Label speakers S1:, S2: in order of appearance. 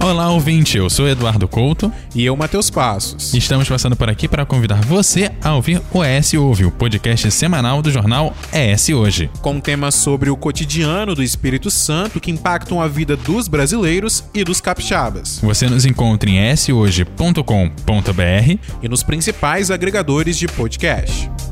S1: Olá, ouvinte. Eu sou Eduardo Couto.
S2: E eu, Matheus Passos.
S1: Estamos passando por aqui para convidar você a ouvir o ES Ouve, o podcast semanal do jornal ES Hoje.
S2: Com temas sobre o cotidiano do Espírito Santo que impactam a vida dos brasileiros e dos capixabas.
S1: Você nos encontra em eshoje.com.br
S2: E nos principais agregadores de podcast.